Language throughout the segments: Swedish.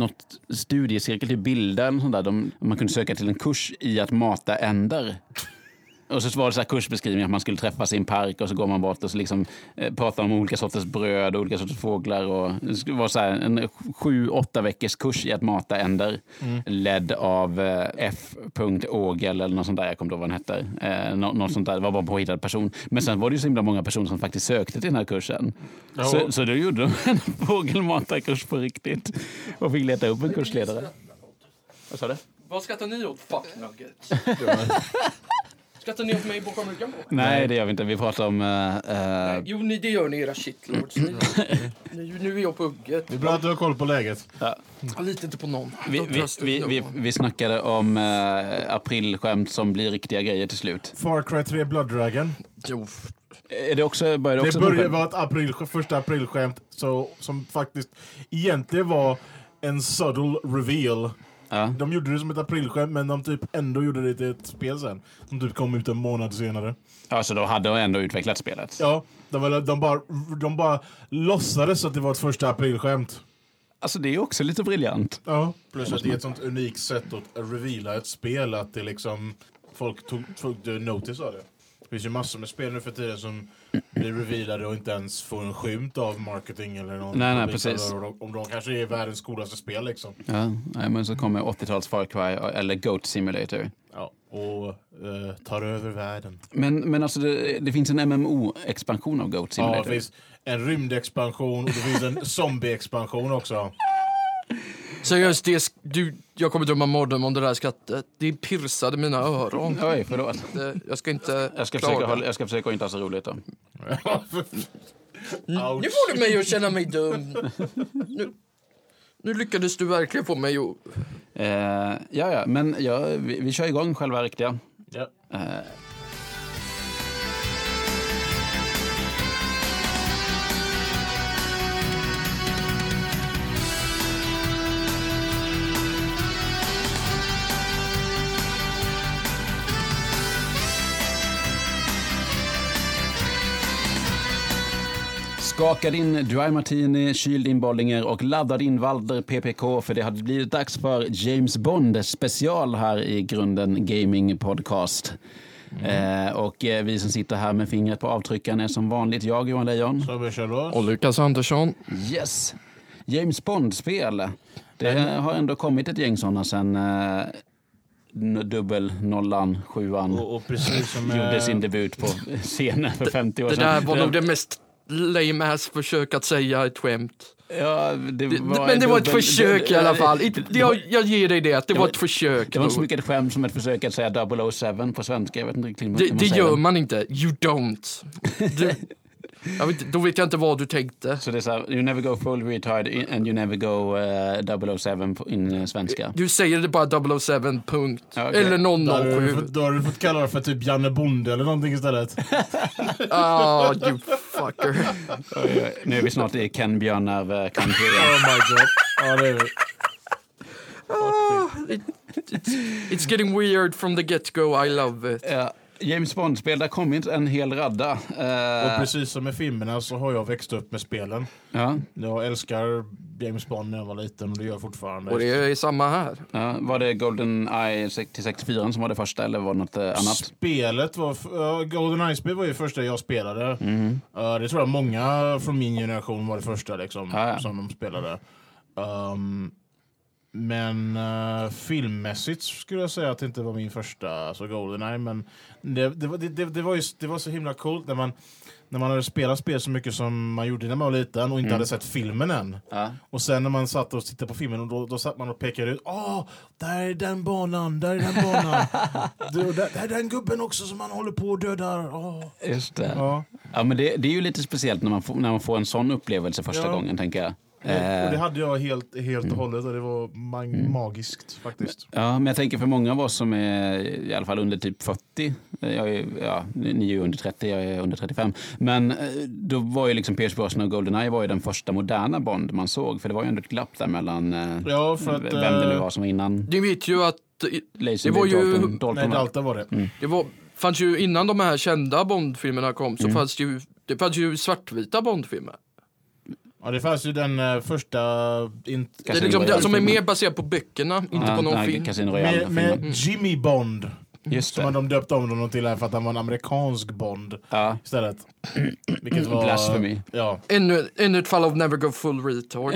något studiecirkel, typ bilda eller sånt där. De, man kunde söka till en kurs i att mata änder. Och så var det så här kursbeskrivning att man skulle träffas i en park och så går man bort och så liksom eh, pratar om olika sorters bröd och olika sorters fåglar. Och det skulle vara så här en sju, åtta veckors kurs i att mata änder. Ledd av eh, F. Ågel eller något sånt där. Jag kommer inte ihåg vad han hette. Eh, nå- något sånt där. Det var bara en påhittad person. Men sen var det ju så himla många personer som faktiskt sökte till den här kursen. Så, så då gjorde de en fågelmatarkurs på riktigt. Och fick leta upp en kursledare. Vad sa du? Vad skrattar ni åt? Fuck nuggets. skrattar ni åt mig bakom ryggen på mig? Nej, det gör vi inte. Vi pratar om... eh, eh, Jo, ni, det gör ni era shitlords. Ni, ni, nu är jag på hugget. Det är bra att du har koll på läget. Mm. Jag litar inte på någon. Vi, vi, vi, vi, vi snackade om eh, aprilskämt som blir riktiga grejer till slut. Far Cry 3 Blood Dragon. Jo, Är det också, börjar det Det också började vara ett april, första aprilskämt så, som faktiskt egentligen var en subtle reveal. Ja. De gjorde det som ett aprilskämt men de typ ändå gjorde det till ett spel sen. Som typ kom ut en månad senare. Ja, så Alltså, då hade de ändå utvecklat spelet. Ja, de, var- de, bara, de bara låtsades att det var ett första aprilskämt. Alltså det är också lite briljant. Ja. Plus att det är ett sånt unikt sätt att reveala ett spel, att det liksom folk tog, tog the notice av det. Det finns ju massor med spel nu för tiden som blir revealade och inte ens får en skymt av marketing eller någon. Nej, nej, publik- precis. eller de- Om de kanske är världens coolaste spel liksom. Ja, nej, men så kommer 80-tals Far Cry eller Goat Simulator. Ja. Och eh, tar över världen. Men, men alltså det, det finns en MMO-expansion av Goat Ja, Simulator. det finns en rymdexpansion och det finns en zombieexpansion också. Seriöst, det, sk- du, jag kommer drömma mardröm om det där skrattet. Det pirrade mina öron. Oj, förlåt. Det- Jag ska inte Jag ska, klaga. försöka, hålla- jag ska försöka att inte ha så roligt då. Ouch. Nu får du mig att känna mig dum. Nu, nu lyckades du verkligen få mig att... Eh, ja, ja, men ja, vi, vi kör igång själva riktiga. Ja. Skaka din dry martini, kyl din Bollinger och ladda din Walder PPK för det har blivit dags för James Bond special här i Grunden Gaming Podcast. Eh, och eh, vi som sitter här med fingret på avtryckaren är som vanligt jag, Johan Lejon. Så vi kör då. Och Lukas Andersson. Yes! James Bond-spel. Det har ändå kommit ett gäng sådana sen eh, n- dubbel, nollan, sjuan. Och, och precis som... Gjorde eh, sin debut på scenen för 50 år Det sedan. där var nog det mest lame ass försök att säga ett skämt. Ja, det Det, var men det var ett dubbel- försök i alla fall. Inte- Det- Jag, jag ger dig det, att det var ett försök. Det var då. inte så mycket ett skämt som ett försök att säga 007 på svenska. Jag vet inte riktigt hur Det, man det säger gör det. man inte. You don't. Du, jag vet, inte- då vet jag inte vad du tänkte. Så det är så här, you never go full retard in- and you never go eh, 007 på- in eh, svenska. Du säger det bara 007, punkt. Ja, okej. Då har, Eller du, 007. fått- då har du fått kalla det för typ Janne Bonde eller någonting istället. Ah, you fucker. Oj, oj. Nu är vi snart i Ken Björnarv eh, country. igen. Oh my god. Ja, det är det. It, it's, it's getting weird from the get-go, I love it. Ja, James Bond-spel, där kom inte en hel radda. Och Eh, precis som med filmerna så har jag växt upp med spelen. ja, Jag älskar James Bond när jag var liten och det gör jag fortfarande. Och det är samma här. ja. Var det Golden Eye 64 som var det första eller var det något eh, annat? Spelet var... f- ja, Goldeneye-spel var ju det första jag spelade. Mhm. Ja, det tror jag många från min generation var det första liksom, Ja, ja. som de spelade. Ehm, men eh, filmmässigt skulle jag säga att det inte var min första, alltså Goldeneye. Men det, det, var- det, det, det, var ju, det var så himla coolt när man, när man hade spelat spel så mycket som man gjorde när man var liten och inte hade sett filmen än. Mm. Ja. Och sen när man satt och tittade på filmen och då, då satt man och pekade ut. Åh, där är den banan, där är den banan. du, där, där är den gubben också som man håller på och dödar. Åh. Just det. Ja. Ja, men det, det är ju lite speciellt när man får, när man får en sån upplevelse första Ja. gången, tänker jag. Och det Eh, Mm. hade jag helt, helt och hållet och det var mag- magiskt faktiskt. Ja, men jag tänker för många av oss som är i alla fall under typ 40, eh, jag är, ja, ni är ju under 30, jag är under 35, men eh, då var ju liksom Pierce Brosnan och Goldeneye var ju den första moderna Bond man såg, för det var ju ändå ett glapp där mellan eh, Ja, för att... vem det nu eh, var som var innan. Ni vet ju att i- Lazenby, det var ju- Dalton, Dalton, Nej, va? Dalton var det. Mm. det var, fanns ju innan Mm. de här kända Bondfilmerna kom så fanns det ju, det fanns ju svartvita Bondfilmer. Ja, det fanns ju den eh, första... Int- Det är Casino liksom den som är Royale-filmen. mer baserad på böckerna, inte Ja, på någon nej, film. Casino med, Royale-filmen. med Jimmy Bond. Just Som det. de döpte om honom till här för att han var en amerikansk Bond Ja. istället. Vilket var... Blasphemy. Ja. Ännu, ännu ett fall av never go full retard.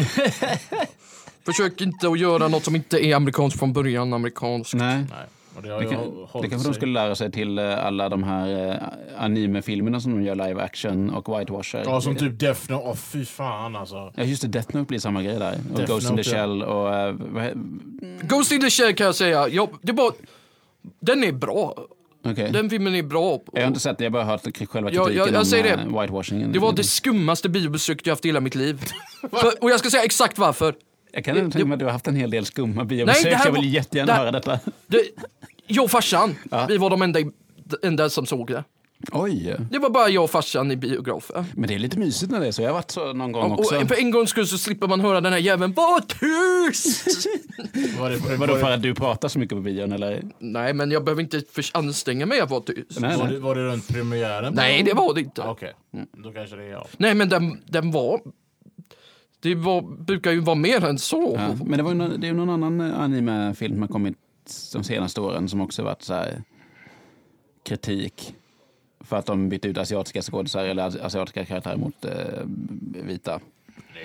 Försök inte att göra något som inte är amerikanskt från början, amerikanskt. Nej. Nej. Och det har Det, ju kan, hållit det kanske sig. de skulle lära sig till eh, alla de här eh, anime-filmerna som de gör live action och whitewasher. Ja, som typ Death Note. Åh, fy fan alltså. Ja, just det. Death Note blir samma grej där. Och Death Ghost in the Note, ja. Shell och... eh, vad he- Ghost in the Shell kan jag säga, ja, det är bara, den är bra. Okej. Den filmen är bra. Jag har inte sett det, jag har bara hört k- själva Ja, kritiken jag- jag säger om det. eh, whitewashingen. Det var det skummaste biobesöket jag haft i hela mitt liv. För, och jag ska säga exakt varför. Jag kan inte tänka mig att du har haft en hel del skumma Nej, biobesök. det här Jag var- vill jättegärna det- höra detta. Det, jag och farsan, vi var de enda, i- enda som såg det. Oj! Det var bara jag och farsan i biografen. Men det är lite mysigt när det är så. Jag har varit så någon gång Och eh, också. för en gångs skull så slipper man höra den här jäveln, var tyst! Var det, var Vadå, för det, att du pratar så mycket på bion eller? Nej, men jag behöver inte för- anstränga mig att vara tyst. Nej, var nej. det, var det runt premiären? Nej, det var det inte. Ah, Okej, då kanske det är jag. Nej, men den, den var... Det var, brukar ju vara mer än så. Ja. Men det, var ju någon, det är ju någon annan eh, anime-film som har kommit de senaste åren som också varit så här kritik för att de bytte ut asiatiska skådisar eller as- asiatiska karaktärer mot eh, vita.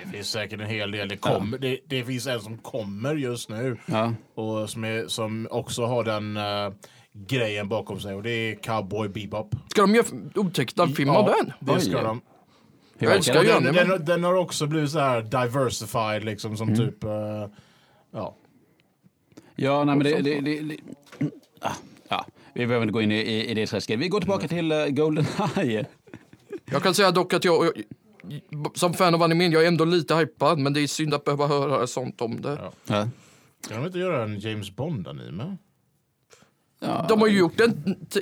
Det finns säkert en hel del. Det, kommer, det, det finns en som kommer just nu. Ja. Och som, är, som också har den eh, grejen bakom sig. Och det är Cowboy Bebop. Ska de göra f- otäckta film av den? det ska Oj. de. Hur Jag verkar älskar det? ju- Den, gör ni, men- den, den har också blivit så här diversified liksom som typ... eh, ja. Ja, nej, men det... det, det, det ah, ja. Vi behöver inte gå in i, i, i det träsket. Vi går tillbaka till eh, Goldeneye. Jag kan säga dock att jag, jag som fan av animen, jag är ändå lite hypad, men det är synd att behöva höra sånt om det. Ja. Ja. Kan de inte göra en James Bond-anime? Ja. De har ju gjort en... t-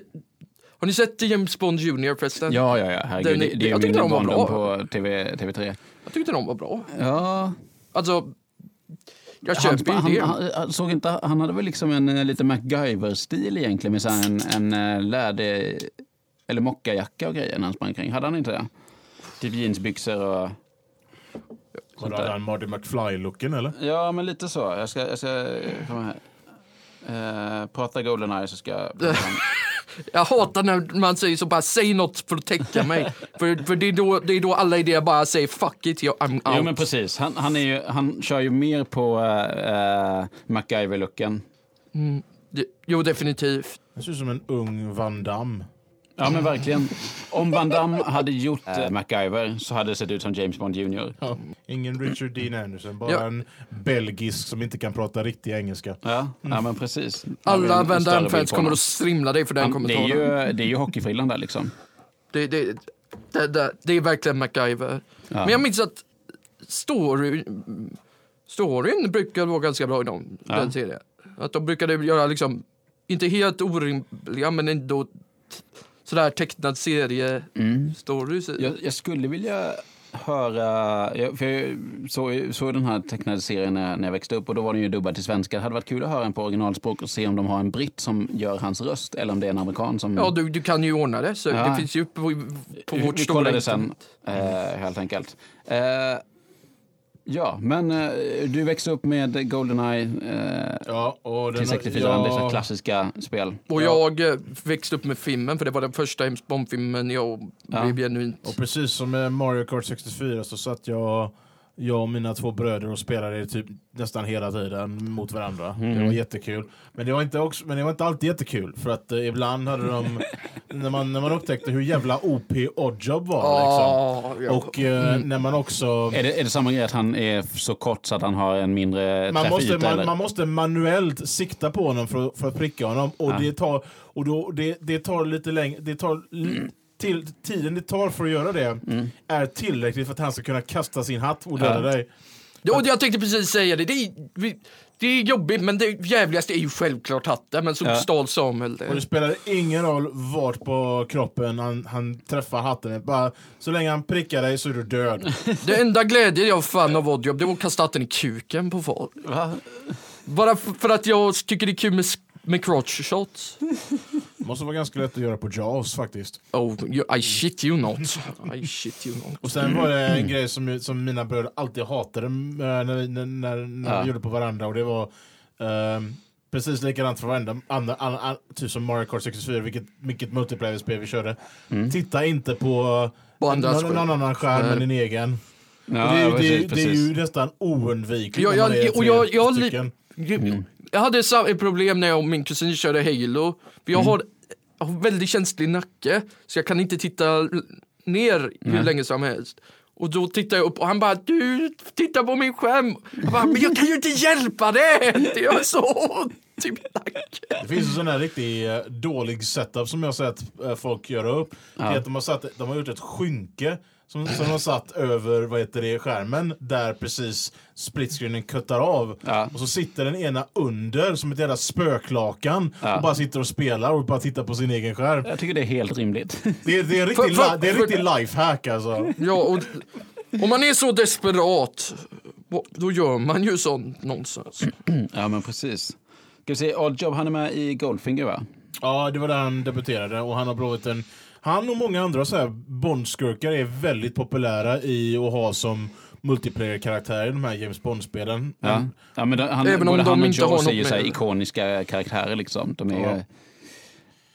Har ni sett James Bond Jr förresten? Ja, ja, ja. Herregud. Den Det, är- det är jag ju tyckte min de var barndom bra. på TV, TV3. Jag tyckte de var bra. Ja, Alltså, jag han, köper ju han, det. han, han, såg inte, han hade väl liksom en eh, lite MacGyver-stil egentligen med så här en, en eh, läder eller mockajacka och grejer när han sprang kring. Hade han inte det? Typ jeansbyxor och... Har du den Marty McFly-looken eller? Ja, men lite så. Jag ska... Jag ska komma här. Eh, prata Goldeneye så ska jag... prata om- Jag hatar när man säger så bara säg något för att täcka mig. för för det, är då, det är då alla idéer bara säger fuck it, jag, I'm out. Jo men precis, han, han, är ju, han kör ju mer på uh, MacGyver-looken. Det- jo definitivt. Det ser ut som en ung Van Damme. Ja men verkligen. Om Van Damme hade gjort eh, MacGyver så hade det sett ut som James Bond Jr. Ja. Ingen Richard Dean Anderson, bara Ja. en belgisk som inte kan prata riktig engelska. Ja, ja men precis. Alla En- en större Van bild Damme-fans på kommer honom. att strimla dig för den Han- det, är kommentaren. Det, ju, det är ju hockeyfrillan där liksom. det, det, det, det är verkligen MacGyver. Men jag minns att story, storyn brukar vara ganska bra i dem, den serien. Att de brukade göra liksom, inte helt orimliga men ändå t- sådär tecknad Mm. serie-stories. Jag, jag skulle vilja höra, jag, för jag såg, ju- såg den här tecknade serien när, när jag växte upp och då var den ju dubbad till svenska. Det hade varit kul att höra den på originalspråk och se om de har en britt som gör hans röst eller om det är en amerikan som... Ja, du, du kan ju ordna det. Så Ja. Det finns ju på, på Vi- vårt vi stora kollar det sen, internet. eh, helt enkelt. Eh, ja, men eh, du växte upp med Goldeneye eh, Ja, och den till 64, ja, dessa klassiska spel. Och jag eh, växte upp med filmen, för det var den första James Bond-filmen jag blev genuint... Och precis som med Mario Kart 64 så satt jag, jag och mina två bröder och spelade typ nästan hela tiden mot varandra. Det var jättekul. Men det var, inte också, men det var inte alltid jättekul för att eh, ibland hade de, när, man, när man upptäckte hur jävla OP Oddjob var Ah, liksom. ja. Och eh, när man också... Är det, är det samma grej att han är så kort så att han har en mindre Man måste, träffyta? man, eller? man måste manuellt sikta på honom för, att- för att pricka honom. Och, det, tar, och då, det, det tar lite längre... Det tar li- till, tiden det tar för att göra det är tillräckligt för att han ska kunna kasta sin hatt och döda Mm. Ja. dig. Ja, och jag tänkte precis säga det. Det är, vi- det är jobbigt, men det jävligaste är ju självklart hatten. Men så Ja. stal Samuel det. Och det spelar ingen roll vart på kroppen han, han träffar hatten. Bara, så länge han prickar dig så är du död. Det enda glädjen jag fann av Oddjob, det var att kasta hatten i kuken på folk. Bara f- för att jag tycker det är kul med, s- med crotch shots. Måste vara ganska lätt att göra på Jaws faktiskt. Oh, you, I shit you not. I shit you not. Och sen var det Mm. en grej som, som mina bröder alltid hatade eh, när, vi- när, när, när Ja. vi gjorde på varandra och det var ehm, precis likadant för varenda andra, an, an, typ som Mario Kart 64, vilket, vilket multiplayer-spel vi körde. Titta inte på, Mm. På andra någon, skärm. någon annan skärm än din egen. Ja, det, är, ju- det, är- precis, det är precis. ju nästan oundvikligt Jag, när man är jag, och tre jag, jag, har li- stycken. Mm. jag hade samma problem när jag och min kusin körde Halo. För Mm. jag, har, jag har väldigt känslig nacke, så jag kan inte titta l- ner hur länge som helst. Och då tittar jag upp och han bara du tittar på min skärm. Jag bara, men jag kan ju inte hjälpa det! Det gör så ont i min nacke. Det finns en sån här riktig eh, dålig setup som jag har sett eh, folk göra upp. Det är att de, har satt, de har gjort ett skynke som, som de har satt över vad heter det, skärmen där precis splitscreenen kuttar av. Ja. Och så sitter den ena under som ett jävla spöklakan och bara sitter och spelar och bara tittar på sin egen skärm. Jag tycker det är helt rimligt. Det är, det är en riktig, För- för- li- det är en riktig lifehack alltså. Ja, och om man är så desperat, då gör man ju sånt nonsens. ja, men precis. Ska vi se, Oddjob, han är med i Goldfinger, va? Ja, det var där han debuterade och han har blivit en... Han och många andra så här Bondskurkar är väldigt populära i att ha som multiplayer-karaktär i de här James Bond-spelen. Ja. Ja, men han, Även om både de han och inte har Jaws är något ju med- så här ikoniska karaktärer. Liksom. De är Ja. ju,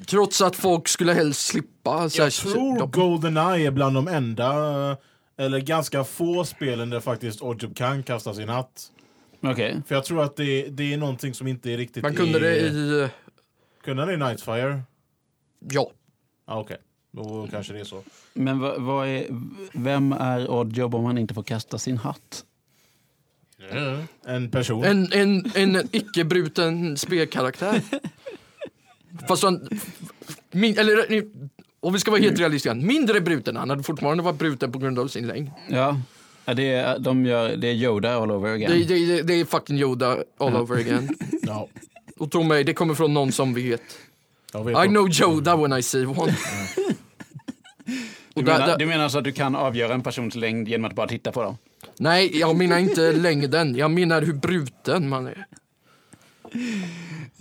Trots att folk skulle helst slippa. Så Jag tror Goldeneye är bland de enda, eh, eller ganska få spelen där faktiskt Oddjob kan kasta sin hatt. Okej. För jag tror att det, det är någonting som inte är riktigt man kunde är, det i... Kunde han det i Nightfire? Ja. Ah, Okej, då kanske det är så. Men vad, vad är, vem är Oddjob om han inte får kasta sin hatt? En person. En, en, en icke-bruten spelkaraktär. Fast han... Min, eller, om vi ska vara Mm. helt realistiska, mindre bruten. Han hade fortfarande varit bruten på grund av sin längd. Ja, ja det, är, de gör, det är Yoda all over again. Det, det, det, det är fucking Yoda all over again. Ja, Och tro mig, det kommer från någon som vet. jag vet I också. know Yoda when I see one. du, Och där- menar, där- du menar alltså att du kan avgöra en persons längd genom att bara titta på dem? Nej, jag menar inte längden. Jag menar hur bruten man är.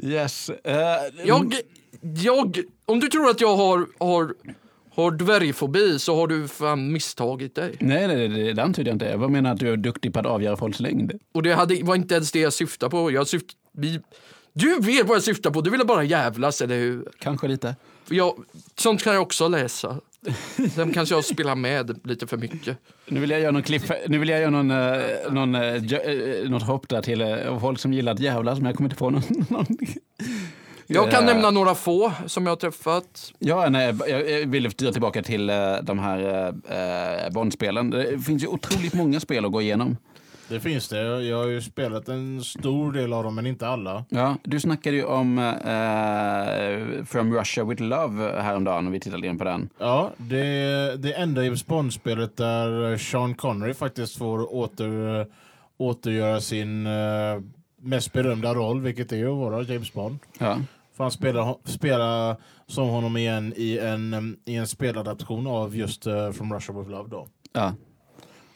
Yes. eh, Jag, Mm. jag, om du tror att jag har, har, har dvärgfobi så har du fan misstagit dig. Nej, nej, nej, det antydde jag inte. Jag bara menar att du är duktig på att avgöra folks längd. Och det hade, var inte ens det jag syftade på. Jag syft, vi, du vet vad jag syftar på, du ville bara jävlas, eller hur? Kanske lite. För Jag, sånt kan jag också läsa. Sen kanske jag spelar med lite för mycket. Nu vill jag göra någon cliff, nu vill jag göra någon, eh, någon, eh, jö- eh, något hopp där till eh, folk som gillar att jävlas, men jag kommer inte på någon. någon. Jag kan Eh, nämna några få som jag har träffat. Ja, nej, jag jag vill styra tillbaka till eh, de här eh, eh, Bondspelen. Det finns ju otroligt många spel att gå igenom. Det finns det. Jag har ju spelat en stor del av dem, men inte alla. Ja, du snackade ju om eh, From Russia With Love häromdagen och vi tittade in på den. Ja, det det enda James Bond-spelet där Sean Connery faktiskt får åter, återgöra sin eh, mest berömda roll, vilket är att vara James Bond. Ja. För han spelar, ho- spelar som honom igen i en, em, i en speladaption av just eh, From Russia With Love. Då. Ja.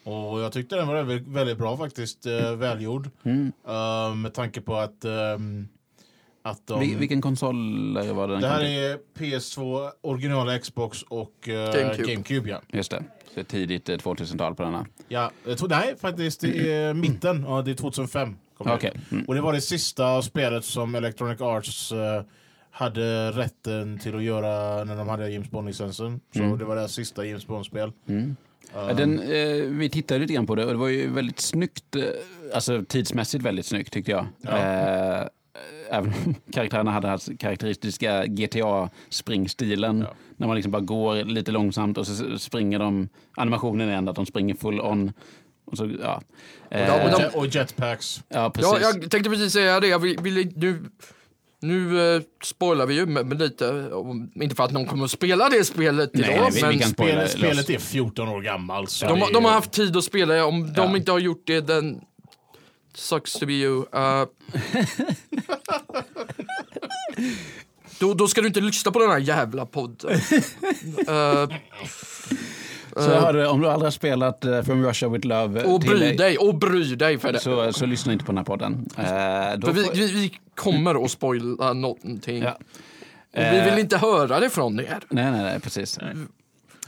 Och jag tyckte den var väldigt, väldigt bra faktiskt, eh, välgjord. Mm. Eh, med tanke på att, ehm, att de... Vil- vilken konsol var det den det här kom till? är PS2, original Xbox och eh, GameCube. GameCube ja. Just det, Så tidigt eh, 2000-tal på den här. Ja, jag tror, nej, faktiskt det är mitten. Ja, det är 2005. kom det. Okej. Mm. Och det var det sista spelet som Electronic Arts eh, hade rätten till att göra när de hade James Bond-licensen. Så det var deras sista James Bond-spel. Ja, Den, eh, vi tittade lite grann på det och det var ju väldigt snyggt, eh, alltså tidsmässigt väldigt snyggt tyckte jag. Eh, även om karaktärerna hade hans karaktäristiska GTA-springstilen. När man liksom bara går lite långsamt och så springer de, animationen är ändå att de springer full on. Och så, ja. Ja, Eh, men de- Och, jet- och jetpacks. ja, precis. Ja, jag tänkte precis säga det. Jag vill, vill, nu nu eh, spoilar vi ju men, men lite, om- inte för att någon kommer att spela det spelet Nej, idag. nej, vi- men vi kan spoila. Spelet, Spoiler, spelet är 14 år gammalt. Så de, det har- är- de har haft tid att spela det. Om de Ja. inte har gjort det, den sucks to be you. Eh, då, då ska du inte lyssna på den här jävla podden. Eh, så har du, om du aldrig har spelat eh, From Russia With Love eh, och till bry dig, dig, och bry dig för det. så, så lyssna inte på den här podden. Eh, Alltså, då för vi, får- vi, vi kommer att spoila någonting. Ja. eh. Och vi vill inte höra det från er. Nej, nej, nej, precis. Eh,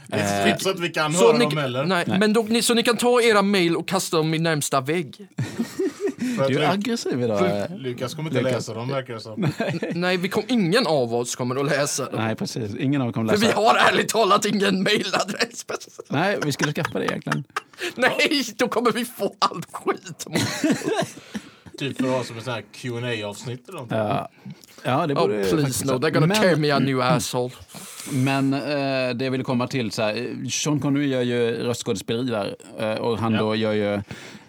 Det är inte så att vi kan Så höra ni, dem heller. nej, Men då, ni, så ni kan ta era mejl och kasta dem i närmsta vägg. För att Du är Lu- aggressiv idag. Lukas kommer inte Lukas- läsa dem verkar det som. Nej, vi kom, ingen av oss kommer att läsa dem. Nej, precis. Ingen av er kommer För vi läsa. har ärligt talat ingen mejladress. Nej, vi skulle skaffa det egentligen. Nej, då kommer vi få all skit. Typ för att ha som ett sånt här qa avsnitt eller någonting. Ja, ja det Oh borde please faktiskt- no, they're gonna Men- mm, tear me a new asshole. Men eh, det jag ville komma till, så här, eh, Sean Connery gör ju röstskådespeleri där eh, och han Ja. då gör ju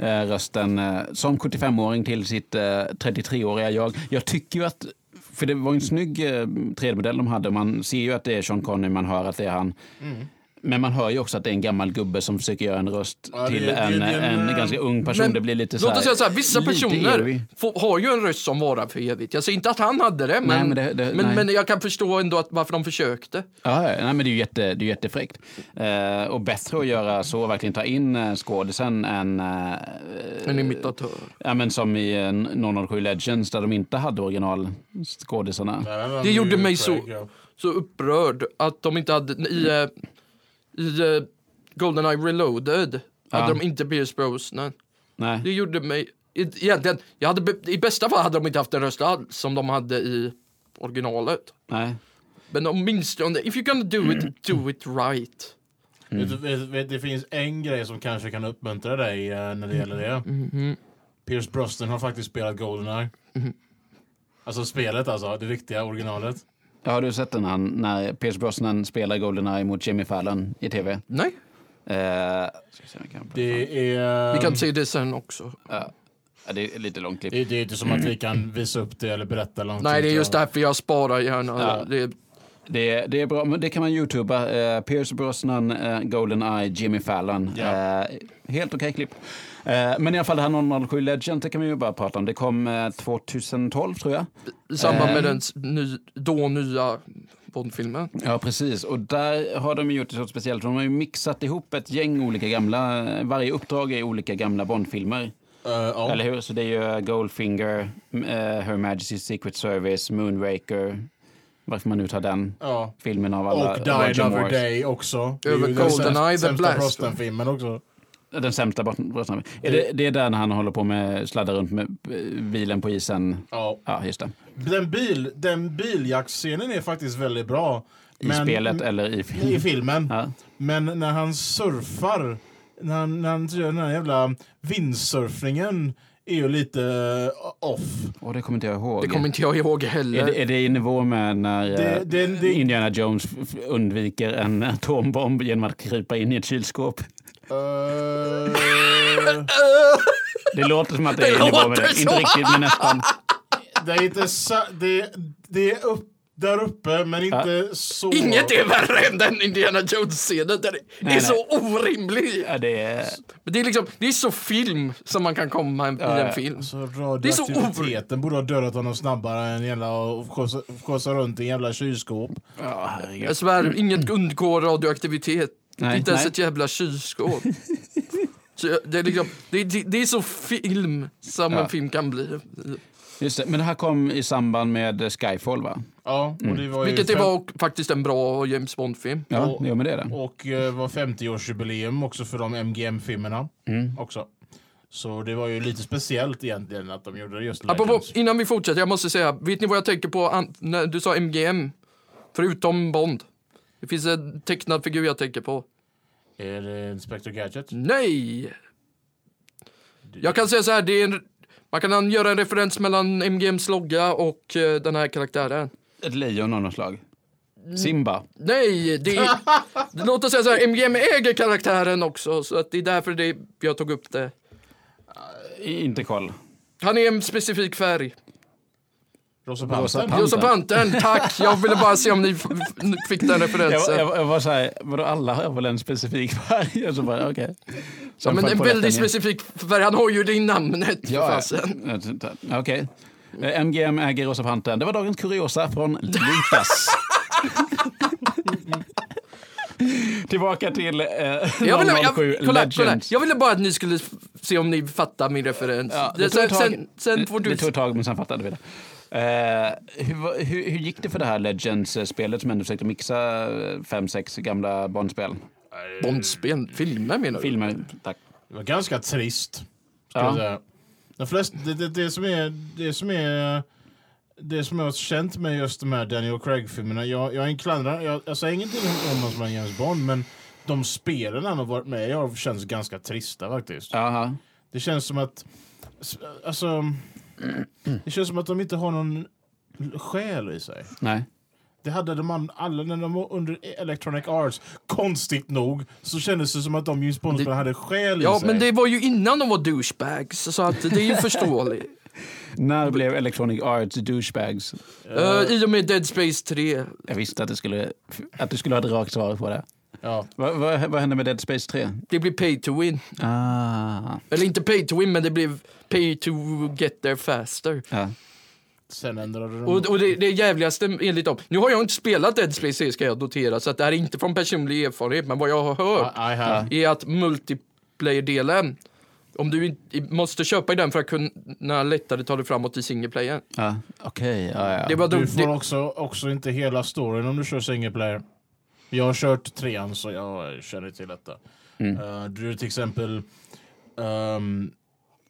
eh, rösten eh, som 75-åring till sitt eh, 33-åriga jag. Jag tycker ju att, för det var ju en snygg eh, 3D-modell de hade, man ser ju att det är Sean Connery, man hör att det är han. Mm. Men man hör ju också att det är en gammal gubbe som försöker göra en röst Ja, det- till det- det- en, det- en, eh, ganska ung person. det blir lite så Låt oss säga så här, vissa lite personer evig. får, har ju en röst som varar för evigt. Jag säger inte att han hade det, men, Nej, men det- det- men, nej. men jag kan förstå ändå att varför de försökte. Ja, ja. nej, men det är ju jätte, det är ju jättefräckt. Eh, och bättre att göra så, verkligen ta in eh, skådisen än eh, En imitatör. ja, men som i eh, 007 Legends där de inte hade originalskådisarna. Det gjorde mig så, så upprörd att de inte hade... I, eh, i eh, Goldeneye Reloaded Ja. hade de inte Pierce Brosnan. Det Nej. gjorde mig... e- Egentligen, jag hade, be- I bästa fall hade de inte haft en röst alls som de hade i originalet. nej. Men åtminstone, if you're gonna do Mm. it, do it right. Mm. Vet du- vet- vet- Det finns en grej som kanske kan uppmuntra dig eh, när det gäller det. Mm, mm-hmm. Pierce Brosnan har faktiskt spelat Goldeneye. Alltså spelet alltså, det riktiga originalet. Ja, Har du sett den han, när Pierce Brosnan spelar Goldeneye mot Jimmy Fallon i tv? Eh, Nej, ska vi se om jag kan- Det är... eh, vi kan se det sen också. Mm. ja, det är lite långt klipp. Det, det är inte som att vi kan visa upp det eller berätta eller någonting. Nej, det är just tror jag. därför jag sparar gärna. Ja. Det, Det, är- det är bra, men det kan man youtuba. Eh, Pierce Brosnan, eh, Goldeneye, Jimmy Fallon. Ja. Eh, helt okej klipp. Eh, men i alla fall det här 007 Legend, det kan vi ju bara prata om. Det kom eh, 2012 tror jag. I samband med Ehm. den s- ny, då nya Bondfilmen. Ja, precis. Och där har de ju gjort det så speciellt. De har ju mixat ihop ett gäng olika gamla, varje uppdrag är olika gamla Bondfilmer. Eh, ja. Eller hur? Så det är ju Goldfinger, eh, Her Majesty's Secret Service, Moonraker. Varför man nu tar den ja. filmen av alla. Och Die Roger Another Moores. Day också. Det är ju Över den Goldeneye, The sämsta Blast. Brosnan-filmen också. Den sämsta bort- bröstarmen. Är det, det är där när han håller på med sladdar runt med eh, bilen på isen. Ja. Ja, just det. Den, bil, den biljaktscenen är faktiskt väldigt bra. I spelet eller i I filmen. filmen. Ja. Men när han surfar, när han, när han gör den här jävla vindsurfningen är ju lite eh, off. Och det kommer inte jag ihåg. Det kommer inte jag ihåg heller. är, det, är det i nivå med när eh, Det- det- det- Indiana Jones f- f- undviker en atombomb genom att krypa in i ett kylskåp? Eh, Det låter som att det är Det i nivå med låter det. så! Inte riktigt, men nästan. det är inte sa- det, det är upp, där uppe, men inte så. Inget är värre än den Indiana Jones-scenen. Den är nej. så orimlig. Ja, det är... Men Det är, liksom, det är så film som man kan komma i en ja. film. Så Det är så radioaktiviteten borde ha dödat honom snabbare än jävla och skjutsa- skjutsa runt i en jävla kylskåp. Ja, herregud. Jag svär, inget undgår radioaktivitet. Mm. Nej, inte ens nej. ett jävla kylskåp. så jag, det, är liksom, det, det, det är så film som Ja. en film kan bli. Just det. Men det här kom i samband med Skyfall, va? Ja, och det var ju Mm. Vilket det fem- var och faktiskt en bra James Bond-film. Ja, Och- jo, men det är det. Och eh, var 50-årsjubileum också för de MGM-filmerna också. Så det var ju lite speciellt egentligen att de gjorde just Apropå, Legends. innan vi fortsätter, jag måste säga, vet ni vad jag tänker på an- när du sa MGM? Förutom Bond. Det finns en tecknad figur jag tänker på. Är det Inspector Gadget? Nej! Jag kan säga så här, det är en, man kan an- göra en referens mellan MGMs logga och eh, den här karaktären. Ett lejon av något slag. Simba. Nej, det är... Låt oss säga så här, MGM äger karaktären också, så att det är därför det, jag tog upp det. I- Inte koll. Han är en specifik färg. Rosa Pantern? Pan- Josef Pantern, tack! Jag ville bara se om ni f- f- fick den Jag, referensen. var- jag, var- jag var så här, vadå alla har väl en specifik färg? Och så bara, okej. Ja, men en väldigt specifik specifik färg. Han har ju det i namnet. för Ja, fasen. ja. Ja, okej. Eh, MGM äger Rosa Pantern. Det var dagens kuriosa från Lukas. Tillbaka till eh, Jag 007 eh, ville, jag, kolla, kolla, Legends. jag ville bara att ni skulle f- se om ni fattar min referens. Ja, det, det, tog sen, ett tag, sen, sen får det, det du... tog ett tag, men sen fattade vi det. Eh, hur, var- hur, hur gick det för det här Legends-spelet som ändå försökte mixa eh, fem, sex gamla barnspel? Bondspel, filmer menar du? Filmer, tack. Det var ganska trist. Ja. Skulle jag säga. De flesta, det, det, det som är... Det som är det som jag har känt med just de här Daniel Craig-filmerna, jag, jag är en klandrare, jag, jag säger ingenting om honom som en James Bond, men de spelen han har varit med i har känts ganska trista faktiskt. Aha. Det känns som att... Alltså... Det känns som att de inte har någon själ i sig. Nej. Det hade de an- alla när de var under E- Electronic Arts. Konstigt nog så kändes det som att de James Bond-spelarna hade själ i Ja, sig. men det var ju innan de var douchebags, så att det är ju förståeligt. När blev Electronic Arts douchebags? Eh, I och med Dead Space 3. Jag visste att, det skulle, att du skulle ha ett rakt svar på det. Ja. Vad, vad, vad hände med Dead Space 3? Det blev pay to win. Ah. Eller inte pay to win, men det blev pay to get there faster. Ja. Sen ändrade de... Och, och det, det jävligaste enligt dem, nu har jag inte spelat Dead Space 3 ska jag notera, så att det här är inte från personlig erfarenhet, men vad jag har hört I, I have... är att multiplayer-delen, om du in- måste köpa i den för att kunna lättare ta dig framåt i singleplayer. Ja. Okej. Ja, ja. Det var Du dumt. får Det, också, också inte hela storyn om du kör single player. Jag har kört trean så jag känner till detta. Mm. Eh, du till exempel... ehm,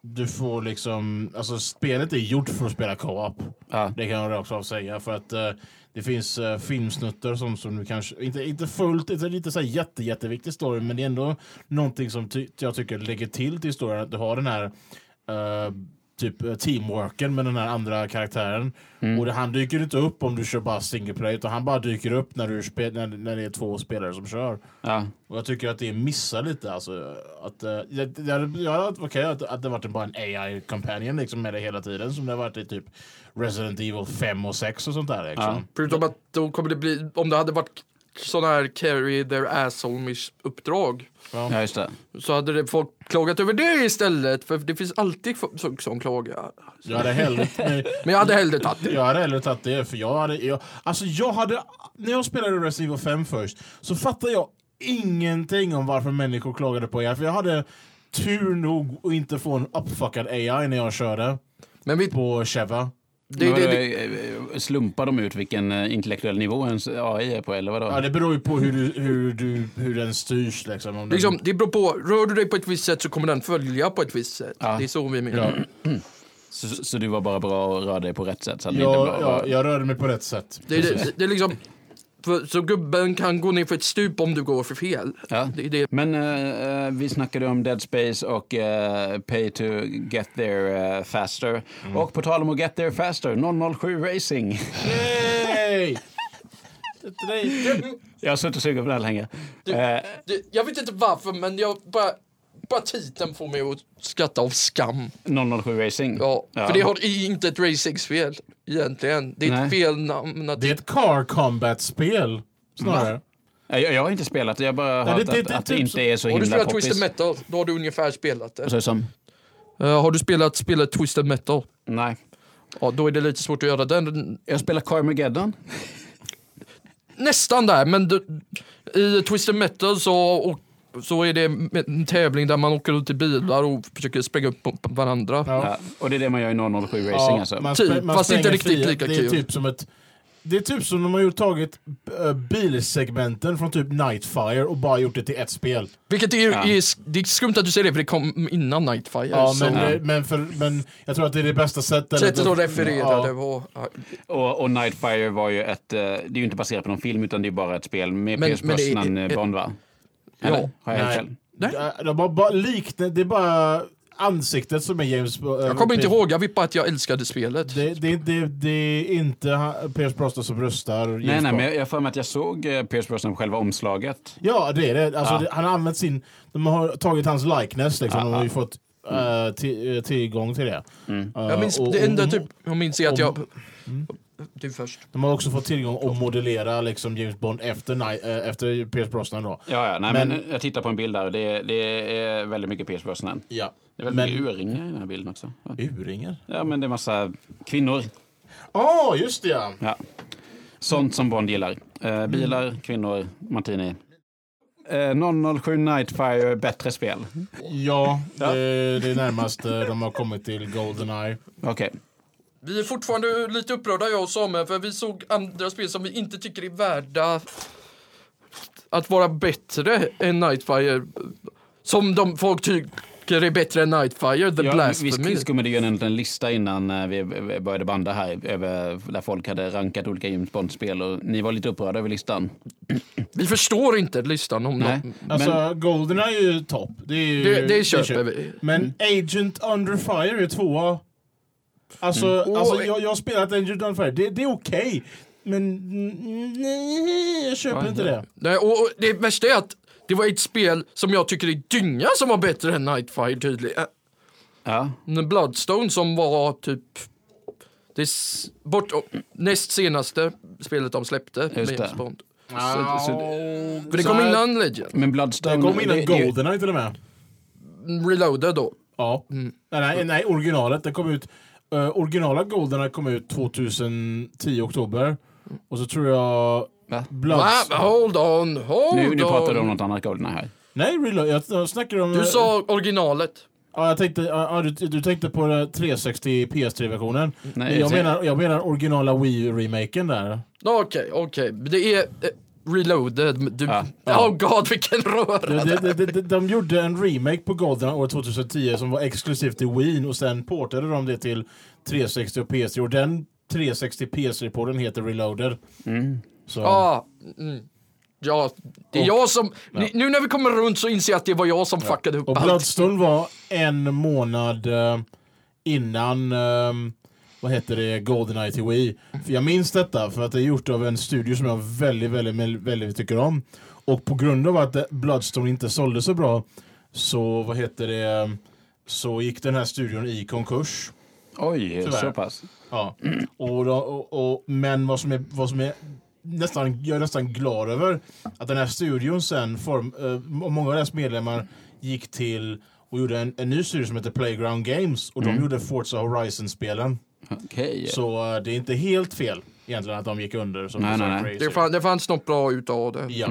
du får liksom... Alltså spelet är gjort för att spela co-op. Ja. Det kan jag rakt av säga. För att eh, det finns eh, filmsnuttar som, som du kanske... Inte, inte fullt, inte, inte så här jätte, jätteviktig story, men det är ändå någonting som ty, jag tycker lägger till till historien. Att du har den här eh, typ eh, teamworken med den här andra karaktären. Och det, han dyker inte upp om du kör bara single player, utan han bara dyker upp när, du spe, när, när det är två spelare som kör. Ja. Och jag tycker att det missar lite. Alltså, att, eh, jag, jag, jag, okay, att, att det varit bara en AI-companion liksom, med det hela tiden som det har varit i typ Resident Evil 5 och 6 och sånt där. Liksom. förutom att då kommer det bli, om det hade varit sådana här carry their asshole uppdrag ja, just det. så hade det folk klagat över det istället, för det finns alltid folk som klagar. Jag hade hellre... nej, Men jag hade hellre tagit det. Jag hade hellre tagit det, för jag hade... Jag, alltså jag hade... När jag spelade Resident Evil 5 först så fattade jag ingenting om varför människor klagade på AI. För jag hade tur nog att inte få en uppfuckad AI när jag körde Men vi, på Cheva. det, det, det, Slumpar de eh, ut vilken eh, intellektuell nivå ens AI är på? Eller vadå? Ja, det beror ju på hur, du, hur, du, hur den styrs liksom. Om den, Liksom, det beror på, rör du dig på ett visst sätt så kommer den följa på ett visst sätt. Det är så vi menar. Så, så du var bara bra och rörde dig på rätt sätt? Så att det inte jag, bara var... jag, jag rörde mig på rätt sätt. Det, det, det är liksom, för, så gubben kan gå ner för ett stup om du går för fel. Ja. Det, är det, Men eh, eh, vi snackade om Dead Space och eh, Pay to Get There eh, Faster. Mm. Och på tal om att Get There Faster, 007 Racing. Yay! jag har suttit och sugit på det här länge. Eh, det, jag vet inte varför, men jag bara, bara titeln får mig att skratta av skam. 007 Racing. Ja, För det har i- inte ett racingspel egentligen. Det är Nej. ett fel namn. Att, Det är ett car combat-spel snarare. Eh, jag, jag har inte spelat det, jag har bara Nej, hört det- det- att, det- att det typ inte så- är så har du himla spelat poppis. Twisted Metal, då har du ungefär spelat det. Så som, Eh, har du spelat spelet Twisted Metal, nej. ja, då är det lite svårt att göra den Jag spelar Carmageddon. Nästan där, men d- i Twisted Metal så, och, så är det en tävling där man åker ut i bilar och försöker spränga upp på- på varandra. Ja, och det är det man gör i 007 Racing alltså. man Typ, spä- man fast inte spränger riktigt fri- lika det kul. Är typ som ett, det är typ som de har gjort tagit eh, bilsegmenten från typ Nightfire och bara gjort det till ett spel. Vilket är, är, sk- det är skumt att du säger det för det kom innan Nightfire. Ja, så- men, det- men, för, men jag tror att det är det bästa sättet. Sättet att Ja. referera det var... ja, Och, och Nightfire var ju ett, eh, det är ju inte baserat på någon film utan det är bara ett spel med Men- Pierce men det är- Brosnan eh, eh, Bond va? ja. Eller? Har jag helt Nej. fel? Nej. Ja, De har bara liknande, det är bara ansiktet som är James eh, Bond. Jag kommer inte ihåg, jag vet bara att jag älskade spelet. Det, det, det, det är inte han- Pierce Brosnan som röstar James Nej, nej, Bond. men jag- jag har för mig att jag såg eh, Pierce Brosnan på själva omslaget. Ja, det är det. Alltså, det. Han har använt sin... De har tagit hans likeness, liksom. De har ju fått Mm. eh, ti- eh, tillgång till det. Eh, Jag minns, och- det enda och- Mm. typ, jag minns är att jag... Du först. De har också fått tillgång att modellera liksom, James Bond efter, Ni- eh, efter Pierce Brosnan. Då. Ja, ja, nej, men, Men- jag tittar på en bild där och det, det är väldigt mycket Pierce Brosnan. Ja. Det är väldigt Men- mycket urringar i den här bilden också. Uringar? Ja, men det är massa kvinnor. Ja, just det ja! Ja. Sånt som Bond gillar. Mm. Eh, bilar, kvinnor, martini. Eh, 007 Nightfire är bättre spel. Ja, det, det är närmast eh, de har kommit till Goldeneye. Okej. Vi är fortfarande lite upprörda jag och Samuel för vi såg andra spel som vi inte tycker är värda att vara bättre än Nightfire. Som de folk tycker är bättre än Nightfire, The Ja, vi- Blasphemy. vi skummade ju en liten lista innan eh, vi vi började banda här, över, där folk hade rankat olika James Bond-spel och ni var lite upprörda över listan. Vi förstår inte listan om Nej. någon. Alltså, Men, Goldeneye är ju topp. Det, är ju, Det, det är köper köp. vi. Mm. Men Agent Under Fire är tvåa. Alltså, alltså Och- jag, jag har spelat Agent Under Fire. Det, det är okej. Men mm, nej, jag köper inte det. Nej, och, och det värsta är att det var ett spel som jag tycker är dynga som var bättre än Nightfire tydligen. Äh, ja, Bloodstone som var typ det s- bort, och, näst senaste spelet de släppte med det. James Bond. så, så, För det kom innan Legend, men Bloodstone... Det kom innan det- det- Goldeneye till och med. Reloaded då. Ja. Mm. Nej, nej, nej, originalet. Det kom ut, eh, originala Goldeneye kom ut 2010 oktober. Och så tror jag... Va? Bloods... Mm. Va? Hold on, hold Alltså. Nu, nu on. pratar du om något annat Goldeneye här. Nej, Reload. Jag, jag snackar om... eh, Du sa originalet. Ja, jag tänkte, ja, ja, du, du tänkte på den 360 PS3-versionen. Nej, jag, så- menar, jag menar originala Wii-remaken där. Ja, Okej, okej. Det är eh, reloaded. men Du, Ja. Oh god, vilken röra. De, de, de, de, de gjorde en remake på Goldeneye år 2010 som var exklusiv till Wii och sen portade de det till 360 och PS3 och den 360 PS3-porten heter Reloaded. Så, Ja, mm. ja, det är Och- jag som... ni- Nu när vi kommer runt så inser jag att det var jag som fuckade upp Och allt. Bloodstone var en månad eh, innan eh, vad heter det, Goldeneye till Wii. För jag minns detta för att det är gjort av en studio som jag väldigt, väldigt, väldigt, väldigt tycker om. Och på grund av att eh, Bloodstone inte sålde så bra så, vad heter det, så gick den här studion i konkurs. Oj, Tyvärr. så pass. Ja. Och då, och, och, men vad som är, vad som är nästan, jag är nästan glad över att den här studion sen, form, eh, må- många av deras medlemmar gick till och gjorde en, en ny studio som heter Playground Games och Mm. de gjorde Forza Horizon-spelen. Okej. Så eh, det är inte helt fel egentligen att de gick under. Som Nej, du sa, nej, Mm. nej. Crazy. Det fanns, det fanns något bra utav det. Ja.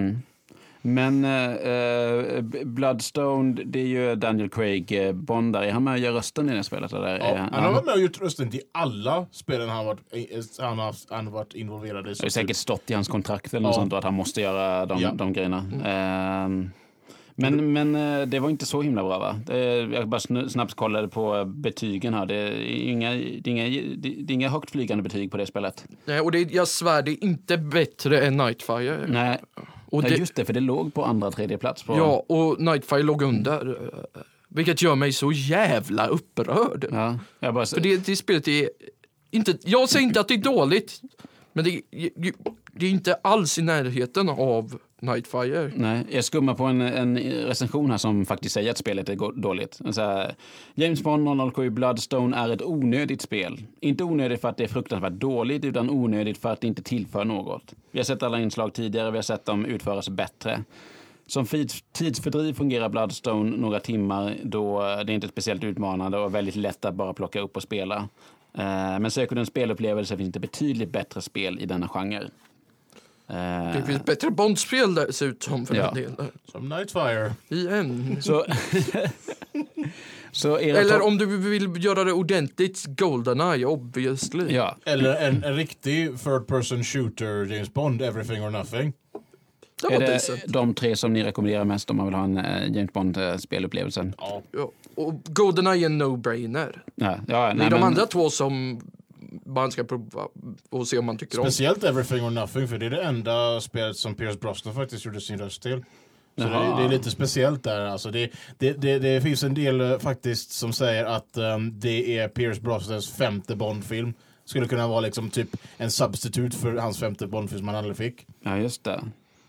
Men eh, eh, Bloodstone, det är ju Daniel Craig eh, Bond där. Är han med och gör rösten i det spelet? Eller? Ja, Är han har varit med och gjort rösten till alla spelen han har varit, eh, han har, haft- han har varit involverad i. Det har ju säkert stått i hans kontrakt eller något Ja. sånt då, att han måste göra de, Ja. Mm. de grejerna. Ehm, men, men eh, det var inte så himla bra va? Eh, Jag bara snu- snabbt kollade på eh, betygen här. Det är inga, det är inga, det är inga högt flygande betyg på det spelet. Nej, och det, jag svär, det är inte bättre än Nightfire. Nej, Och Ja, det, just det, för det låg på andra tredje plats. På, ja, och Nightfire låg under. eh, Vilket gör mig så jävla upprörd. Ja, jag bara, För det, det spelet är inte... Jag säger inte att det är dåligt, men det, det är inte alls i närheten av Nightfire. Nej, jag skummar på en, en recension här som faktiskt säger att spelet är go- dåligt. Så här, James Bond 007 Bloodstone är ett onödigt spel. Inte onödigt för att det är fruktansvärt dåligt, utan onödigt för att det inte tillför något. Vi har sett alla inslag tidigare, vi har sett dem utföras bättre. Som fids- tidsfördriv fungerar Bloodstone några timmar då det inte är speciellt utmanande och väldigt lätt att bara plocka upp och spela. Eh, Men söker du en spelupplevelse finns det betydligt bättre spel i denna genre. Eh, Det finns bättre Bondspel dessutom för Ja. den delen. Som Nightfire. Igen. Så, så era Eller topp- om du vill göra det ordentligt, Goldeneye obviously. Ja, Eller en, en riktig third person shooter James Bond, everything or nothing. Det var är det decent. de tre som ni rekommenderar mest om man vill ha en eh, James Bond-spelupplevelse? Ja. Ja. Och Goldeneye är en no-brainer. Ja, ja, Det nej, är de men- andra två som man ska prova och se om man tycker om. Speciellt Everything or Nothing, för det är det enda spelet som Pierce Brosnan faktiskt gjorde sin röst till. Så det, Jaha. det är lite speciellt där. Alltså det, det, det, det finns en del eh, faktiskt som säger att ehm, det är Pierce Brosnans femte Bond-film. Skulle kunna vara liksom typ en substitut för hans femte Bond-film som han aldrig fick. Ja, just det.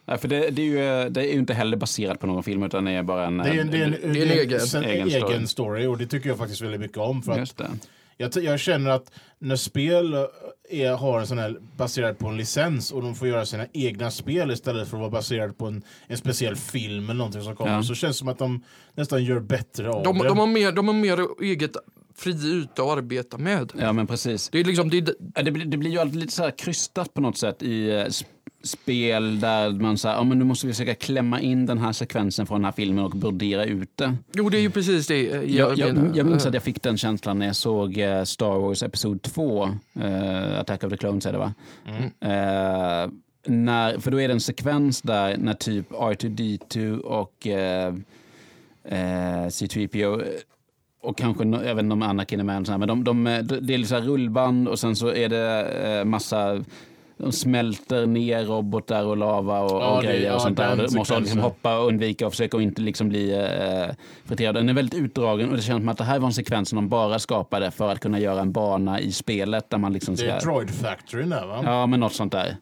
Ja, för det, det, är ju, eh, det är ju inte heller baserat på någon film utan det är bara en... Det är en, det är en, det är en egen- sen- egen egen, story. story. och det tycker jag faktiskt väldigt mycket om. För att Just det. Jag, t- jag känner att när spel eh, är, har en sån här baserad på en licens och de får göra sina egna spel istället för att vara baserad på en, en speciell film eller någonting som kommer Ja. så känns det som att de nästan gör bättre av De, det. de, har mer, de har mer eget fri yta att arbeta med. Ja, men precis. Det är liksom, det är, Ja, Det, blir- det blir ju alltid lite så här krystat på något sätt i eh, s- spel där man säger, ja men nu måste vi försöka klämma in den här sekvensen från den här filmen och brodera ut det. Jo, det är ju precis det eh, jag, Jag, jag, menar. jag minns att jag fick den känslan när jag såg eh, Star Wars Episod 2, eh, Attack of the Clones är det va? Mm. Eh, när, för då är det en sekvens där när typ R2D2 och eh, eh, C3PO eh, och kanske, no- jag vet inte om Anakin är med, eller så här, men de, de, eh, det är lite så här rullband och sen så är det eh, massa de smälter ner robotar och lava och, Ja, och det- grejer ja, och sånt där. den Och de måste sekvensen. liksom hoppa och undvika och försöka att inte liksom bli eh, friterad. Den är väldigt utdragen och det känns som att det här var en sekvens som de bara skapade för att kunna göra en bana i spelet där man liksom Det ska... är Droid Factory där va? Ja, men något sånt där.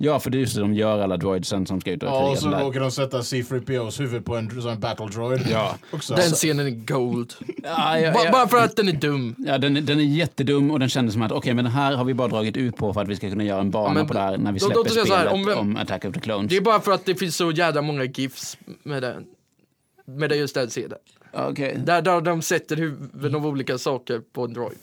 Ja, för det är just det de gör alla droidsen som ska ut och Ja, och så kriga. råkar de sätta C3POs huvud på en sån här battle droid. Ja. Också. alltså, Den scenen är gold. Alltså- Ja, ja, Ba- ja. Bara för att den är dum. Ja, den, den är jättedum och den kändes som att okej, men den här har vi bara dragit ut på för att vi ska kunna göra en bana Ja, men på det här när vi då- då släpper säger jag spelet så här, om, om vem- Attack of the Clones. Det är bara för att det finns så jävla många GIFs med den. Med det just den scenen. Okej. Där, där de sätter huvuden av olika saker på en droid.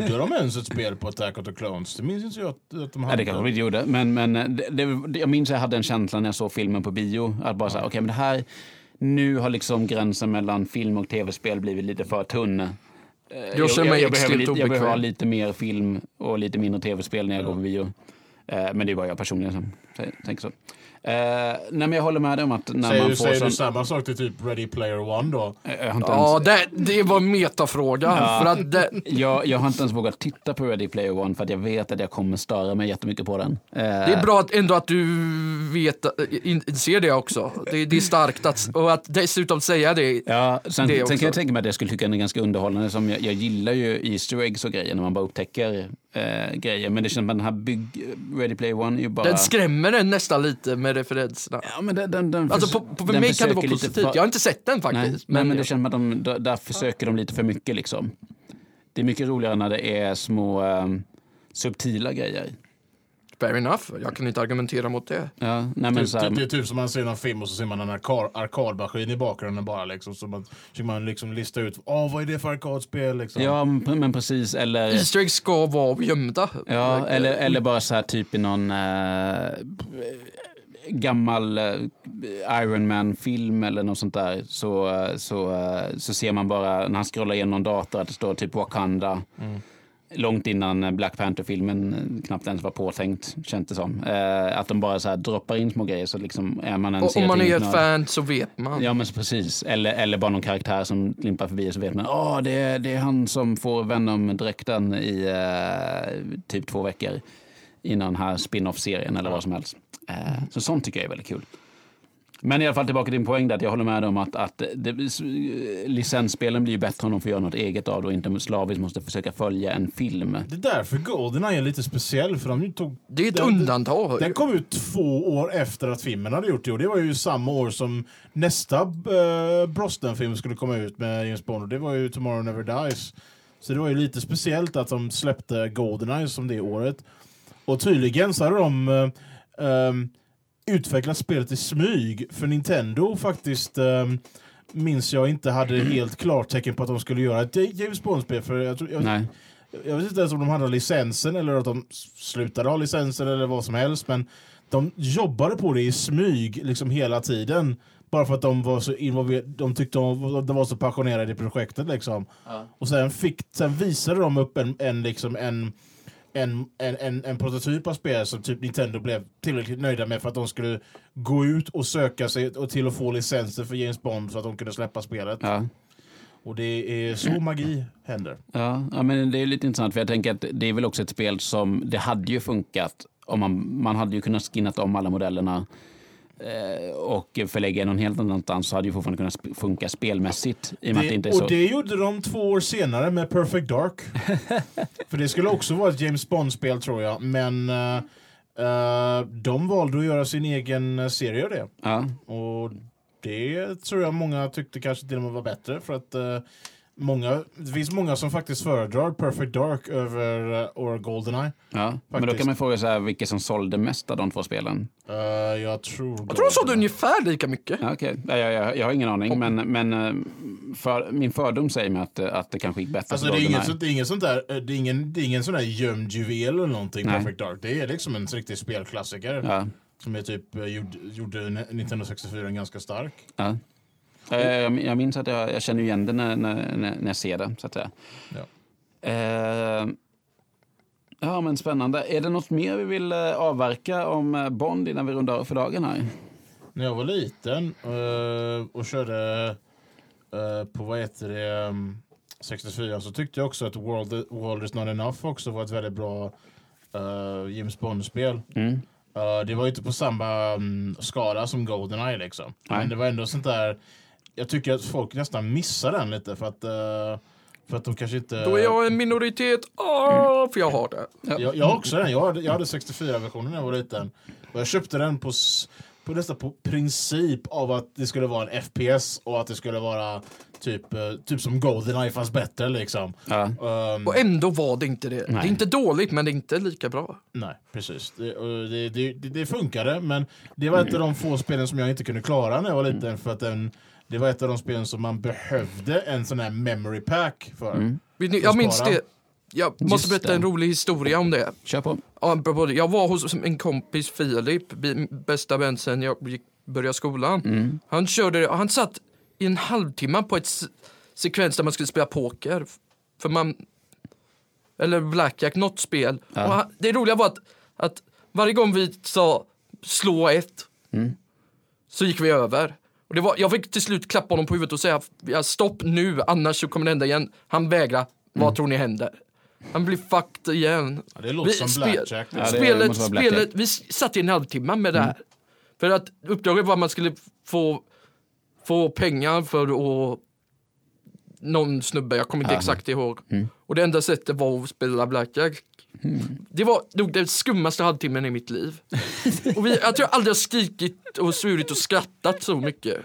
Gjorde de ens ett spel på Attack of the Clones? Det minns inte jag att, att de Ja, hade. det kanske vi inte gjorde, men, men eh, det, det, jag minns att jag hade en känsla när jag såg filmen på bio. Att bara så här, okej, men det här, nu har liksom gränsen mellan film och tv-spel blivit lite för tunn. Eh, Jag känner mig behöver, extremt lite- jag behöver ha obekväm. lite mer film och lite mindre tv-spel när jag går på bio. Eh, Men det är bara jag personligen som säger- tänker så. Eh, nej, men jag håller med dig om att när Säger, man du, får säger sån... du samma sak till typ Ready Player One då? Eh, jag har inte ens- Ja, det, det var en metafråga. För att det, Jag, jag har inte ens vågat titta på Ready Player One för att jag vet att jag kommer störa mig jättemycket på den. Eh, det är bra att, ändå att du vet, eh, in, ser det också. Det, det är starkt att, och att dessutom säga det. Ja, sen, Det sen också. kan jag tänka mig att jag skulle tycka den är ganska underhållande. Som jag, jag gillar ju Easter eggs och grejer när man bara upptäcker eh, grejer. Men det känns som att den här bygg, Ready Player One är ju bara... Den skrämmer en nästan lite med referenserna. ja, men den, den, den Alltså förs- på, på, för den mig kan det vara försöker lite positivt. för- Jag har inte sett den Nej, faktiskt. men, men det känns som att de, där- där försöker de lite för mycket liksom. Det är mycket roligare när det är små eh, subtila grejer. fair enough. Jag kan inte argumentera mot det. Ja, nej, men Det, så här, det, det är typ som man ser någon film och så ser man en arkad- arkadmaskin i bakgrunden bara liksom. Så man, så man liksom lista ut, åh vad är det för arkadspel liksom? ja, men men precis. Eller... Easter eggs ska vara gömda. Eh. Ja, uh, eller, eller bara så här typ i någon eh, gammal eh, Iron Man-film eller något sånt där. Så, eh, så, eh, så ser man bara när han scrollar igenom någon dator att det står typ Wakanda. Mm. Långt innan eh, Black Panther-filmen eh, knappt ens var påtänkt, känns det som. Eh, att de bara så här droppar in små grejer så liksom är man en Och om man är ett serietidningsnörd- fan så vet man. Ja men precis, eller, eller bara någon karaktär som limpar förbi och så vet man åh det, är, det är han som får Venom-dräkten i eh, typ två veckor innan den här spin-off-serien eller vad som helst. Eh, så sånt tycker jag är väldigt kul. Men i alla fall tillbaka till din poäng där, att jag håller med dig om att, att det, s- eh, licensspelen blir ju bättre om de får göra något eget av det och inte slaviskt måste försöka följa en film. Det är därför Goldeneye är lite speciell för de tog... Det är ett den- undantag. Den kom ut två år efter att filmen hade gjort det och det var ju samma år som nästa eh, Brosnan-film skulle komma ut med James Bond och det var ju Tomorrow Never Dies. Så det var ju lite speciellt att de släppte Goldeneye som det året. Och tydligen så hade de eh, ehm, utvecklat spelet i smyg för Nintendo faktiskt ehm, minns jag inte hade helt klartecken på att de skulle göra ett James Bond-spel för jag, tror, jag, Nej. jag vet inte ens om de hade licensen eller att de s- slutade ha licensen eller vad som helst, men de jobbade på det i smyg liksom hela tiden. Bara för att de var så involverade, de tyckte de, de var så passionerade i projektet liksom. Och sen, fick, sen visade de upp en, en liksom en en, en, en, en prototyp av spel som typ Nintendo blev tillräckligt nöjda med för att de skulle gå ut och söka sig och till att få licenser för James Bond så att de kunde släppa spelet. Ja. Och det är så magi händer. Ja, ja, men det är lite intressant för jag tänker att det är väl också ett spel som det hade ju funkat om man, man hade ju kunnat skinnat om alla modellerna eh, och förlägga någon helt annanstans så hade ju fortfarande kunnat sp- funka spelmässigt i och med att det inte är och så. det gjorde de två år senare med Perfect Dark. För det skulle också vara ett James Bond-spel tror jag, men eh, eh, de valde att göra sin egen eh, serie av det. Ja, Och det tror jag många tyckte kanske till och med var bättre för att eh, Många, det finns många som faktiskt föredrar Perfect Dark över eh, or Goldeneye. Ja. Men då Faktiskt. kan man fråga så här, vilka som sålde mest av de två spelen. Eh, jag tror... Jag tror de sålde ungefär lika mycket. Ja, okej. Ja, jag, jag, jag har ingen aning, men, men eh, för, min fördom säger mig att, eh, att det kanske gick bättre Alltså för det är, Goldeneye. inget, sånt- det, är ingen sånt där, eh, det, är ingen, det är ingen sån där gömd juvel eller någonting, Nej. Perfect Dark. Det är liksom en riktig spelklassiker. Ja, Som är typ, eh, gjorde, gjorde Nintendo 64 ganska stark. ja. Ja, Jag, jag, jag minns att jag, jag känner igen det när, när, när när jag ser det, så att säga. Ja. Eh, ja, men spännande. Är det något mer vi vill eh, avverka om eh, Bond innan vi rundar av för dagen här? När jag var liten eh, och körde eh, på vad heter det, um, 64 så tyckte jag också att World, World is not enough också var ett väldigt bra eh, James Bond-spel. Mm. Eh, det var ju inte på samma um, skala som Goldeneye liksom. Nej. Men det var ändå sånt där, jag tycker att folk nästan missar den lite för att, eh, för att de kanske inte... Då är jag en minoritet, Mm. Åh, för jag har det. Jag, jag har också den. Jag hade, jag hade 64-versionen när jag var liten. Och jag köpte den på, s- på nästan på princip av att det skulle vara en FPS och att det skulle vara typ, eh, typ som Goldeneye fast bättre liksom. Ja. Ehm, Och ändå var det inte det. Det är inte dåligt, men det är inte lika bra. nej, precis. Det, och det, det, det, det funkade men det var ett av de få spelen som jag inte kunde klara när jag var liten för att den, det var ett av de spelen som man behövde en sån här memory pack för. Vet ni, Jag minns Spara. det. Jag måste Just berätta det. en rolig historia om det. Kör på. Apropå det, Jag var hos en kompis, Filip, min bästa vän sen jag gick, började skolan. Han, körde, han satt i en halvtimme på ett se- sekvens där man skulle spela poker. För man, eller blackjack, något spel. Och han, det roliga var att, att varje gång vi sa slå ett så gick vi över. Och det var, jag fick till slut klappa honom på huvudet och säga "Ja, stopp nu, annars så kommer det hända igen. Han vägrade. Vad tror ni händer? Han blir fucked igen. Ja, det låter som Blackjack. liksom. Ja, det Spelet, måste vara Blackjack. spelet, vi s- satt i en halvtimme med det här. För att uppdraget var att man skulle få, få pengar för att någon snubbe, jag kommer inte exakt ihåg. Mm. Och det enda sättet var att spela Blackjack. Det var nog den skummaste halvtimmen i mitt liv. och vi, jag tror jag aldrig har skrikit och svurit och skrattat så mycket.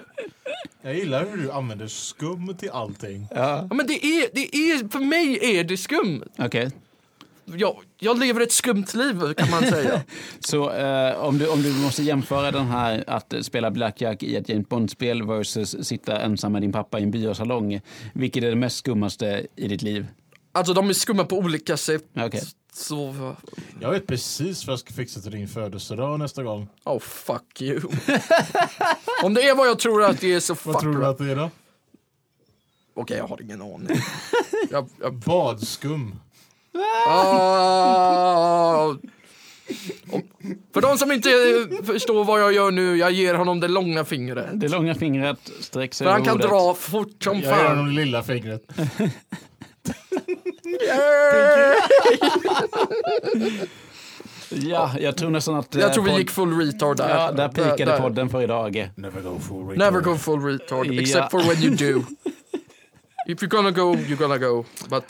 Jag gillar hur du använder skum till allting. Ja, men det är, det är, för mig är det skumt. Okej. Jag, jag lever ett skumt liv kan man säga. Så eh, om, du, om du måste jämföra den här att spela Blackjack i ett James Bond-spel versus sitta ensam med din pappa i en biosalong. Vilket är det mest skummaste i ditt liv? Alltså de är skumma på olika sätt. Okej. Så, Jag vet precis vad jag ska fixa till din födelsedag nästa gång. oh fuck you. Om det är vad jag tror att det är så fuck Vad tror du right. att det är då? Okej, jag har ingen aning. jag, jag, Badskum. Ah. Om- för de som inte eh, förstår vad jag gör nu, jag ger honom det långa fingret. Det långa fingret sträcks För över han kan bordet. dra fort som Jag gör fan. det lilla fingret. Ja, jag tror nästan att... eh, Jag tror vi pod- gick full retard där. Ja, där pikade Där. podden för idag. Never go for Never go full retard, Ja. except for when you do. If you're gonna go, you're gonna go. But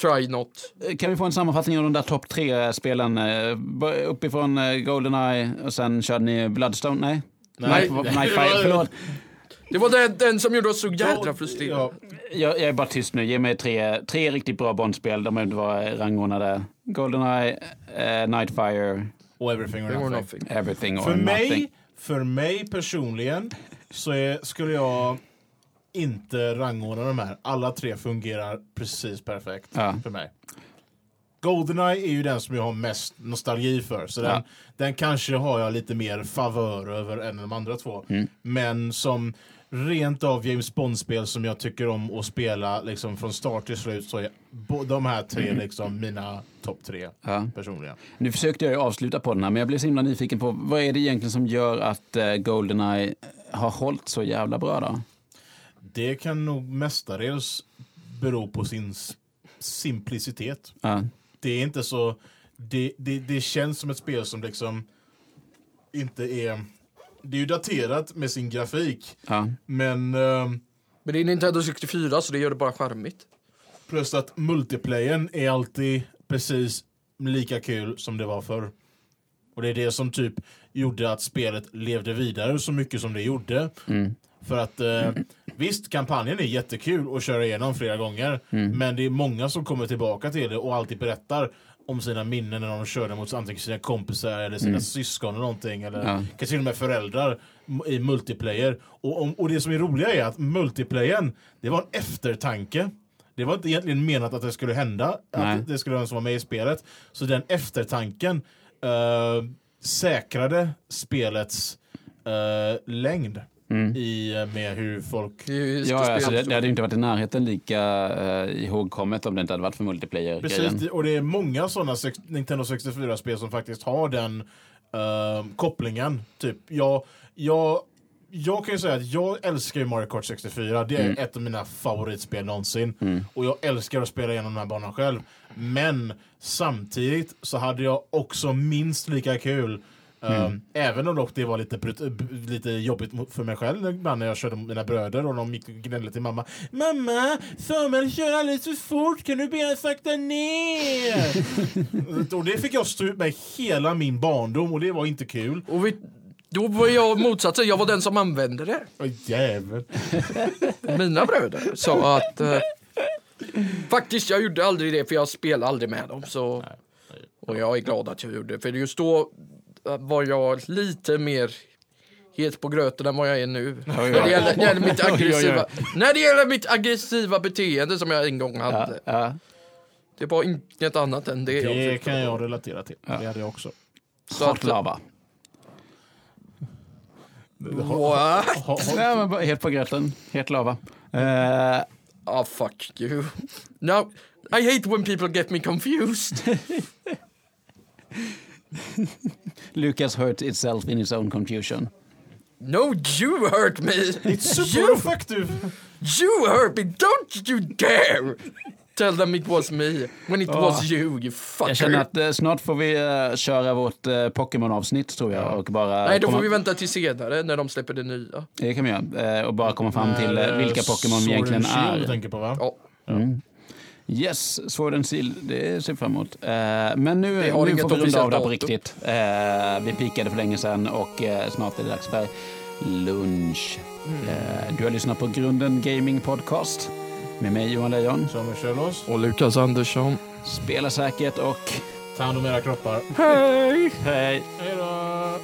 try not. Eh, Kan vi få en sammanfattning av de där topp tre-spelen? eh, b- Uppifrån eh, Goldeneye och sen körde ni Bloodstone? Nej? Nej. Knife, Knife Fight, förlåt. Det var den, den som gjorde oss så jädra frustrerade. Ja, Jag, jag är bara tyst nu. Ge mig tre, tre riktigt bra Bondspel. De behöver inte vara rangordnade. Goldeneye, eh, Nightfire, och everything or Det var nothing. nothing. Everything or För Nothing. mig, för mig personligen så är, skulle jag inte rangordna de här. Alla tre fungerar precis perfekt Ja. för mig. Goldeneye är ju den som jag har mest nostalgi för, så den, Ja. den kanske har jag lite mer favör över än de andra två. Mm. Men som rent av James Bond-spel som jag tycker om att spela liksom från start till slut så är bo- de här tre liksom mina topp tre Mm. Ja. personligen. Nu försökte jag ju avsluta podden här, men jag blev så himla nyfiken på vad är det egentligen som gör att eh, Goldeneye har hållit så jävla bra då? Det kan nog mestadels bero på sin s- simplicitet. Ja. Det är inte så... Det, det, det känns som ett spel som liksom inte är... Det är ju daterat med sin grafik, Ja. men ehm, Men det är Nintendo 64 så det gör det bara charmigt. plus att multiplayern är alltid precis lika kul som det var förr. Och det är det som typ Mm. gjorde att spelet levde vidare så mycket som det gjorde. För att eh, Visst, kampanjen är jättekul att köra igenom flera gånger. Mm. Men det är många som kommer tillbaka till det och alltid berättar om sina minnen när de körde mot antingen sina kompisar eller sina syskon eller någonting. Eller Mm. Ja. kanske till och med föräldrar m- i multiplayer. Och, om, och det som är roliga är att multiplayern, det var en eftertanke. Det var inte egentligen menat att det skulle hända, Nej. att det skulle vara någon som var med i spelet. Så den eftertanken eh, säkrade spelets eh, längd i, eh, med hur folk... Det är ju Ja, alltså, det, spel- det hade ju inte varit i närheten lika eh, ihågkommet om det inte hade varit för Precis, multiplayer-grejen. det- och det är många sådana sex- Nintendo 64-spel som faktiskt har den ehm, kopplingen. Typ, jag, jag, jag kan ju säga att jag älskar ju Mario Kart 64. Det är ett av mina favoritspel någonsin. Och jag älskar att spela igenom den här banan själv. Men samtidigt så hade jag också minst lika kul ehm, Mm. Även om dock det var lite, brut- b- lite jobbigt mot- för mig själv ibland när jag körde mot mina bröder och de gick och gnällde till mamma. Mamma, Samuel kör alldeles för fort, kan du be honom sakta ner? Och det fick jag stå ut med hela min barndom och det var inte kul. Och vi, då var jag motsatsen, jag var den som använde det. Åh, Jävel. Mina bröder sa att... Eh, faktiskt, jag gjorde aldrig det för jag spelade aldrig med dem. Så, och jag är glad att jag gjorde det, för just då eh, var jag lite mer het på gröten än vad jag är nu. När det gäller, när det gäller, mitt, aggressiva, när det gäller mitt aggressiva beteende som jag en gång Ja, hade. ja. Det var inget annat än det. jag Det försökte kan vara. jag relatera till. Det hade jag också. Så Hot att, lava. Wow. Ha- ha- Nej, men bara helt på gröten. Helt lava. Eh, Ah, fuck you. No, I hate when people get me confused. Lucas hurt itself in his own confusion. No, you hurt me. It's super you, effective! you hurt me. Don't you dare tell them it was me when it was you, you fucker. Jag känner att eh, snart får vi eh, köra vårt eh, Pokémon-avsnitt tror jag. Och bara Nej, då får komma- vi vänta till senare när de släpper det nya. Det kan vi göra. Eh, och bara komma fram till eh, Eh, vilka Pokémon Sword vi and egentligen Shield är. tänker på va? Ja, Mm. Yes, Sword and Shield, det ser vi fram emot. Eh, men nu, har nu inget får vi runda av det officiellt här på datum. riktigt. Eh, vi pikade för länge sedan och eh, snart är det dags för lunch. Mm. Eh, du har lyssnat på Grunden Gaming Podcast med mig Johan Lejon. Samuel Kjellås, och Lukas Andersson. Spela säkert och ta hand om era kroppar. Hej! hej! Hej då!